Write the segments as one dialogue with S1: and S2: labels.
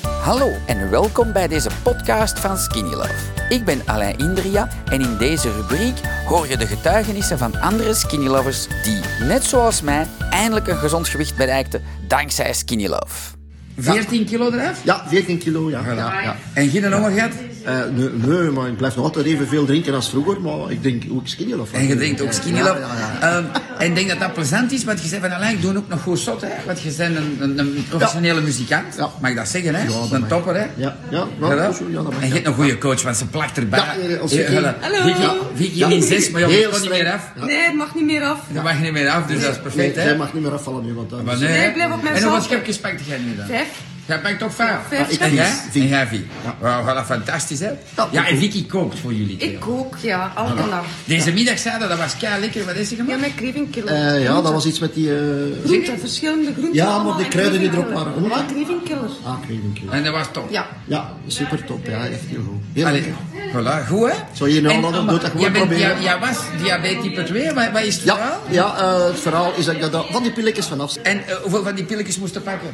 S1: Hallo en welkom bij deze podcast van Skinny Love. Ik ben Alain Indria en in deze rubriek hoor je de getuigenissen van andere Skinny Lovers die, net zoals mij, eindelijk een gezond gewicht bereikten dankzij Skinny Love. 14 kilo eraf?
S2: Ja, 14 kilo, ja. ja, ja.
S1: En geen honger gehad?
S2: Eh, nee, nee, maar ik blijf nog altijd even veel drinken als vroeger, maar ik denk ook skinny of
S1: En je drinkt ook Skinny
S2: Ja,
S1: Love.
S2: ja, ja.
S1: Ehm, en ik denk dat dat plezant is, want je zei van Alain, ik doe ook nog goed zot, hè? Want je bent een, een, een professionele muzikant.
S2: Ja.
S1: Mag ik dat zeggen, hè?
S2: dat
S1: een
S2: mag.
S1: topper, hè?
S2: Ja, ja,
S1: Ja,
S2: nou,
S1: wel.
S2: zo, ja, dat mag,
S1: en je
S2: ja.
S1: hebt een goede coach, want ze plakt erbij.
S2: Ja, eh, als
S1: Eh,
S2: Vicky-
S1: voilà.
S3: Hallo.
S1: Vicky, Vicky
S2: Ja.
S1: in zes, maar jongen,
S2: Heel
S1: dat kon niet
S2: streng.
S1: meer af.
S3: Nee, het mag niet meer af.
S1: Dat mag je niet meer af, dus dat is
S2: Nee,
S1: perfect, hè?
S2: jij mag niet meer afvallen nu, want eh, dan
S1: Maar
S2: is-
S3: Nee,
S1: hè?
S3: ik blijf op mijn
S1: En hoeveel
S3: zak.
S1: schepjes pakt jij nu dan?
S3: Vijf.
S1: Jij pakt toch vijf?
S3: Vijf Ja, ik
S1: en
S3: schepjes.
S1: jij?
S2: vier.
S1: En
S2: Vier.
S1: jij vier. Wauw, voilà, fantastisch, hè?
S2: Ja.
S1: Ja, en Vicky kookt voor jullie twee.
S3: Ik kook, ja, al de nacht.
S1: Deze middag zei dat, dat was kei lekker. Wat is er
S3: Ja,
S1: gemaakt?
S3: met grievenkillen.
S2: Eh, ja, dat was iets met die... eh,
S3: Groenten, verschillende groenten.
S2: Ja, maar
S3: allemaal
S2: de
S3: en
S2: kruiden die erop
S3: grievenkillen.
S2: waren. Hoe
S3: Ja,
S2: wat?
S3: grievenkillen.
S2: Ah, ik weet niet, ja.
S1: En dat was top.
S3: Ja.
S2: Ja, super top, ja, echt heel goed. Heel
S1: Allee,
S2: lekker.
S1: voilà, goed hè?
S2: Zou je nou
S1: En,
S2: nog een
S1: Amma,
S2: dood dat gewoon
S1: jij bent- Jij,
S2: proberen?
S1: jij was diabetes type 2, wat, wat is het
S2: Ja,
S1: verhaal?
S2: ja eh, het verhaal is dat ik dat- dat van die pilletjes vanaf...
S1: En eh, hoeveel van die pilletjes moesten pakken?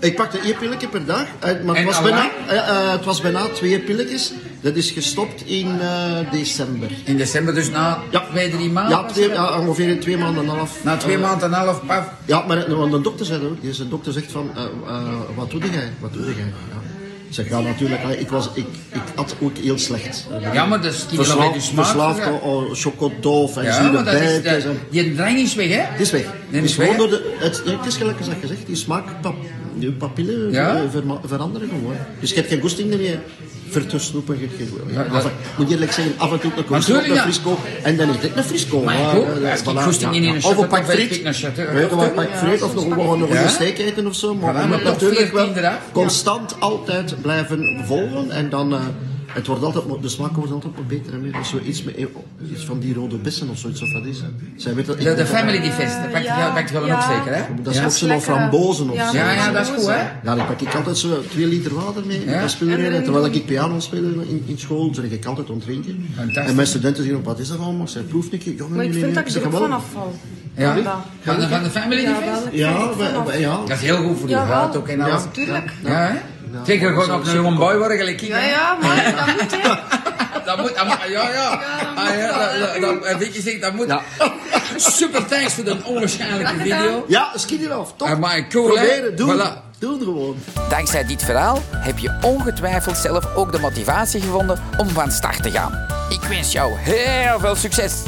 S2: Ik pakte één pilletje per dag, eh, maar
S1: En
S2: het was,
S1: al
S2: bijna,
S1: lang?
S2: eh, eh, het was bijna twee pilletjes. Dat is gestopt in eh, december.
S1: In december, dus na
S2: Ja.
S1: twee, drie maanden?
S2: Ja, twee, ja, ongeveer twee maanden en een half.
S1: Na twee
S2: Eh,
S1: maanden en een half, paf.
S2: Ja, maar want de dokter zei dat ook. Dus de dokter zegt van, eh, eh, wat doe jij? Wat doe jij? Ja. Ik zeg, ja natuurlijk, eh, ik, was, ik, ik at ook heel slecht.
S1: Ja, maar dat is niet
S2: Verslaafd,
S1: dus
S2: verslaafd aan oh, chocodof en
S1: Ja,
S2: zure
S1: maar dat is,
S2: bijtjes.
S1: dat,
S2: en-
S1: die drang is weg, hè?
S2: Het is weg.
S1: Nee,
S2: het is
S1: is weg,
S2: gewoon door de, het, het is gelijk als dat gezegd, die smaakpap, je papillen
S1: Ja?
S2: eh, verma- veranderen gewoon. Dus je hebt geen goesting er meer voor te snoepen. Je, je,
S1: dat-
S2: af, moet je eerlijk zeggen, af en toe een koos,
S1: Natuurlijk,
S2: een
S1: ja.
S2: frisco. En dan is dit een frisco.
S1: Maar
S2: Ja,
S1: goed,
S2: ja, ja,
S1: als ik
S2: voilà,
S1: goesting in een
S2: Of
S1: chocomelk
S2: een pak
S1: wil,
S2: friet.
S1: ik een chocomelk.
S2: Ja, Of een pak friet, of nog gewoon nog
S1: Ja?
S2: een steak eten of zo. Maar
S1: maar
S2: je moet
S1: toch
S2: natuurlijk wel
S1: 14 eraf.
S2: constant altijd blijven volgen. En dan... eh, het wordt altijd, maar de smaak wordt altijd wat beter en meer. Of zoiets, met, iets van die rode bessen of zoiets. Of wat is dat? Zij weet dat, ik
S1: De, de
S2: weet dat-
S1: family defense, dat pakt
S3: Ja.
S1: ja. pakt wel
S3: Ja.
S1: ook zeker, hè?
S2: dat is
S1: ja.
S2: ook zo'n
S3: lekker. eh,
S2: frambozen of
S3: Ja.
S2: zo.
S1: ja, ja, dat is goed, hè?
S2: Ja, dan pak ik altijd zo twee liter water mee.
S1: Ja.
S2: Dat speel ik erin. Terwijl ik piano speel in, in school, zeg ik altijd ontdrinken.
S1: Fantastisch.
S2: En mijn studenten zeggen, wat is dat allemaal? Zij proeft een keer. Ja,
S3: Maar ik vind dat ik
S2: zeg,
S3: er ook
S2: wel.
S3: van afval.
S1: Ja.
S3: Van dat.
S1: Van de, van de family
S3: Ja,
S1: defense?
S3: wel.
S2: Ja, we- we- ja.
S1: Dat is heel goed voor je
S3: Jawel.
S1: huid ook en alles.
S2: Ja.
S3: Tuurlijk.
S1: Ja, hè? Kijk, je gewoon ook een jonge boy worden, gelijk ik,
S3: Ja,
S1: hè?
S3: ja, maar dat moet, hè.
S1: Dat moet, dat moet- ja, ja. Ah, ja, dat- dat- dat- Vicky zegt, dat moet.
S2: Ja.
S1: Super thanks voor dat onwaarschijnlijke video.
S2: Ja, skin it off. Top.
S1: Amai, cool, hè?
S2: Proberen, doen.
S1: Voilà.
S2: Doen gewoon.
S1: Dankzij dit verhaal heb je ongetwijfeld zelf ook de motivatie gevonden om van start te gaan. Ik wens jou heel veel succes!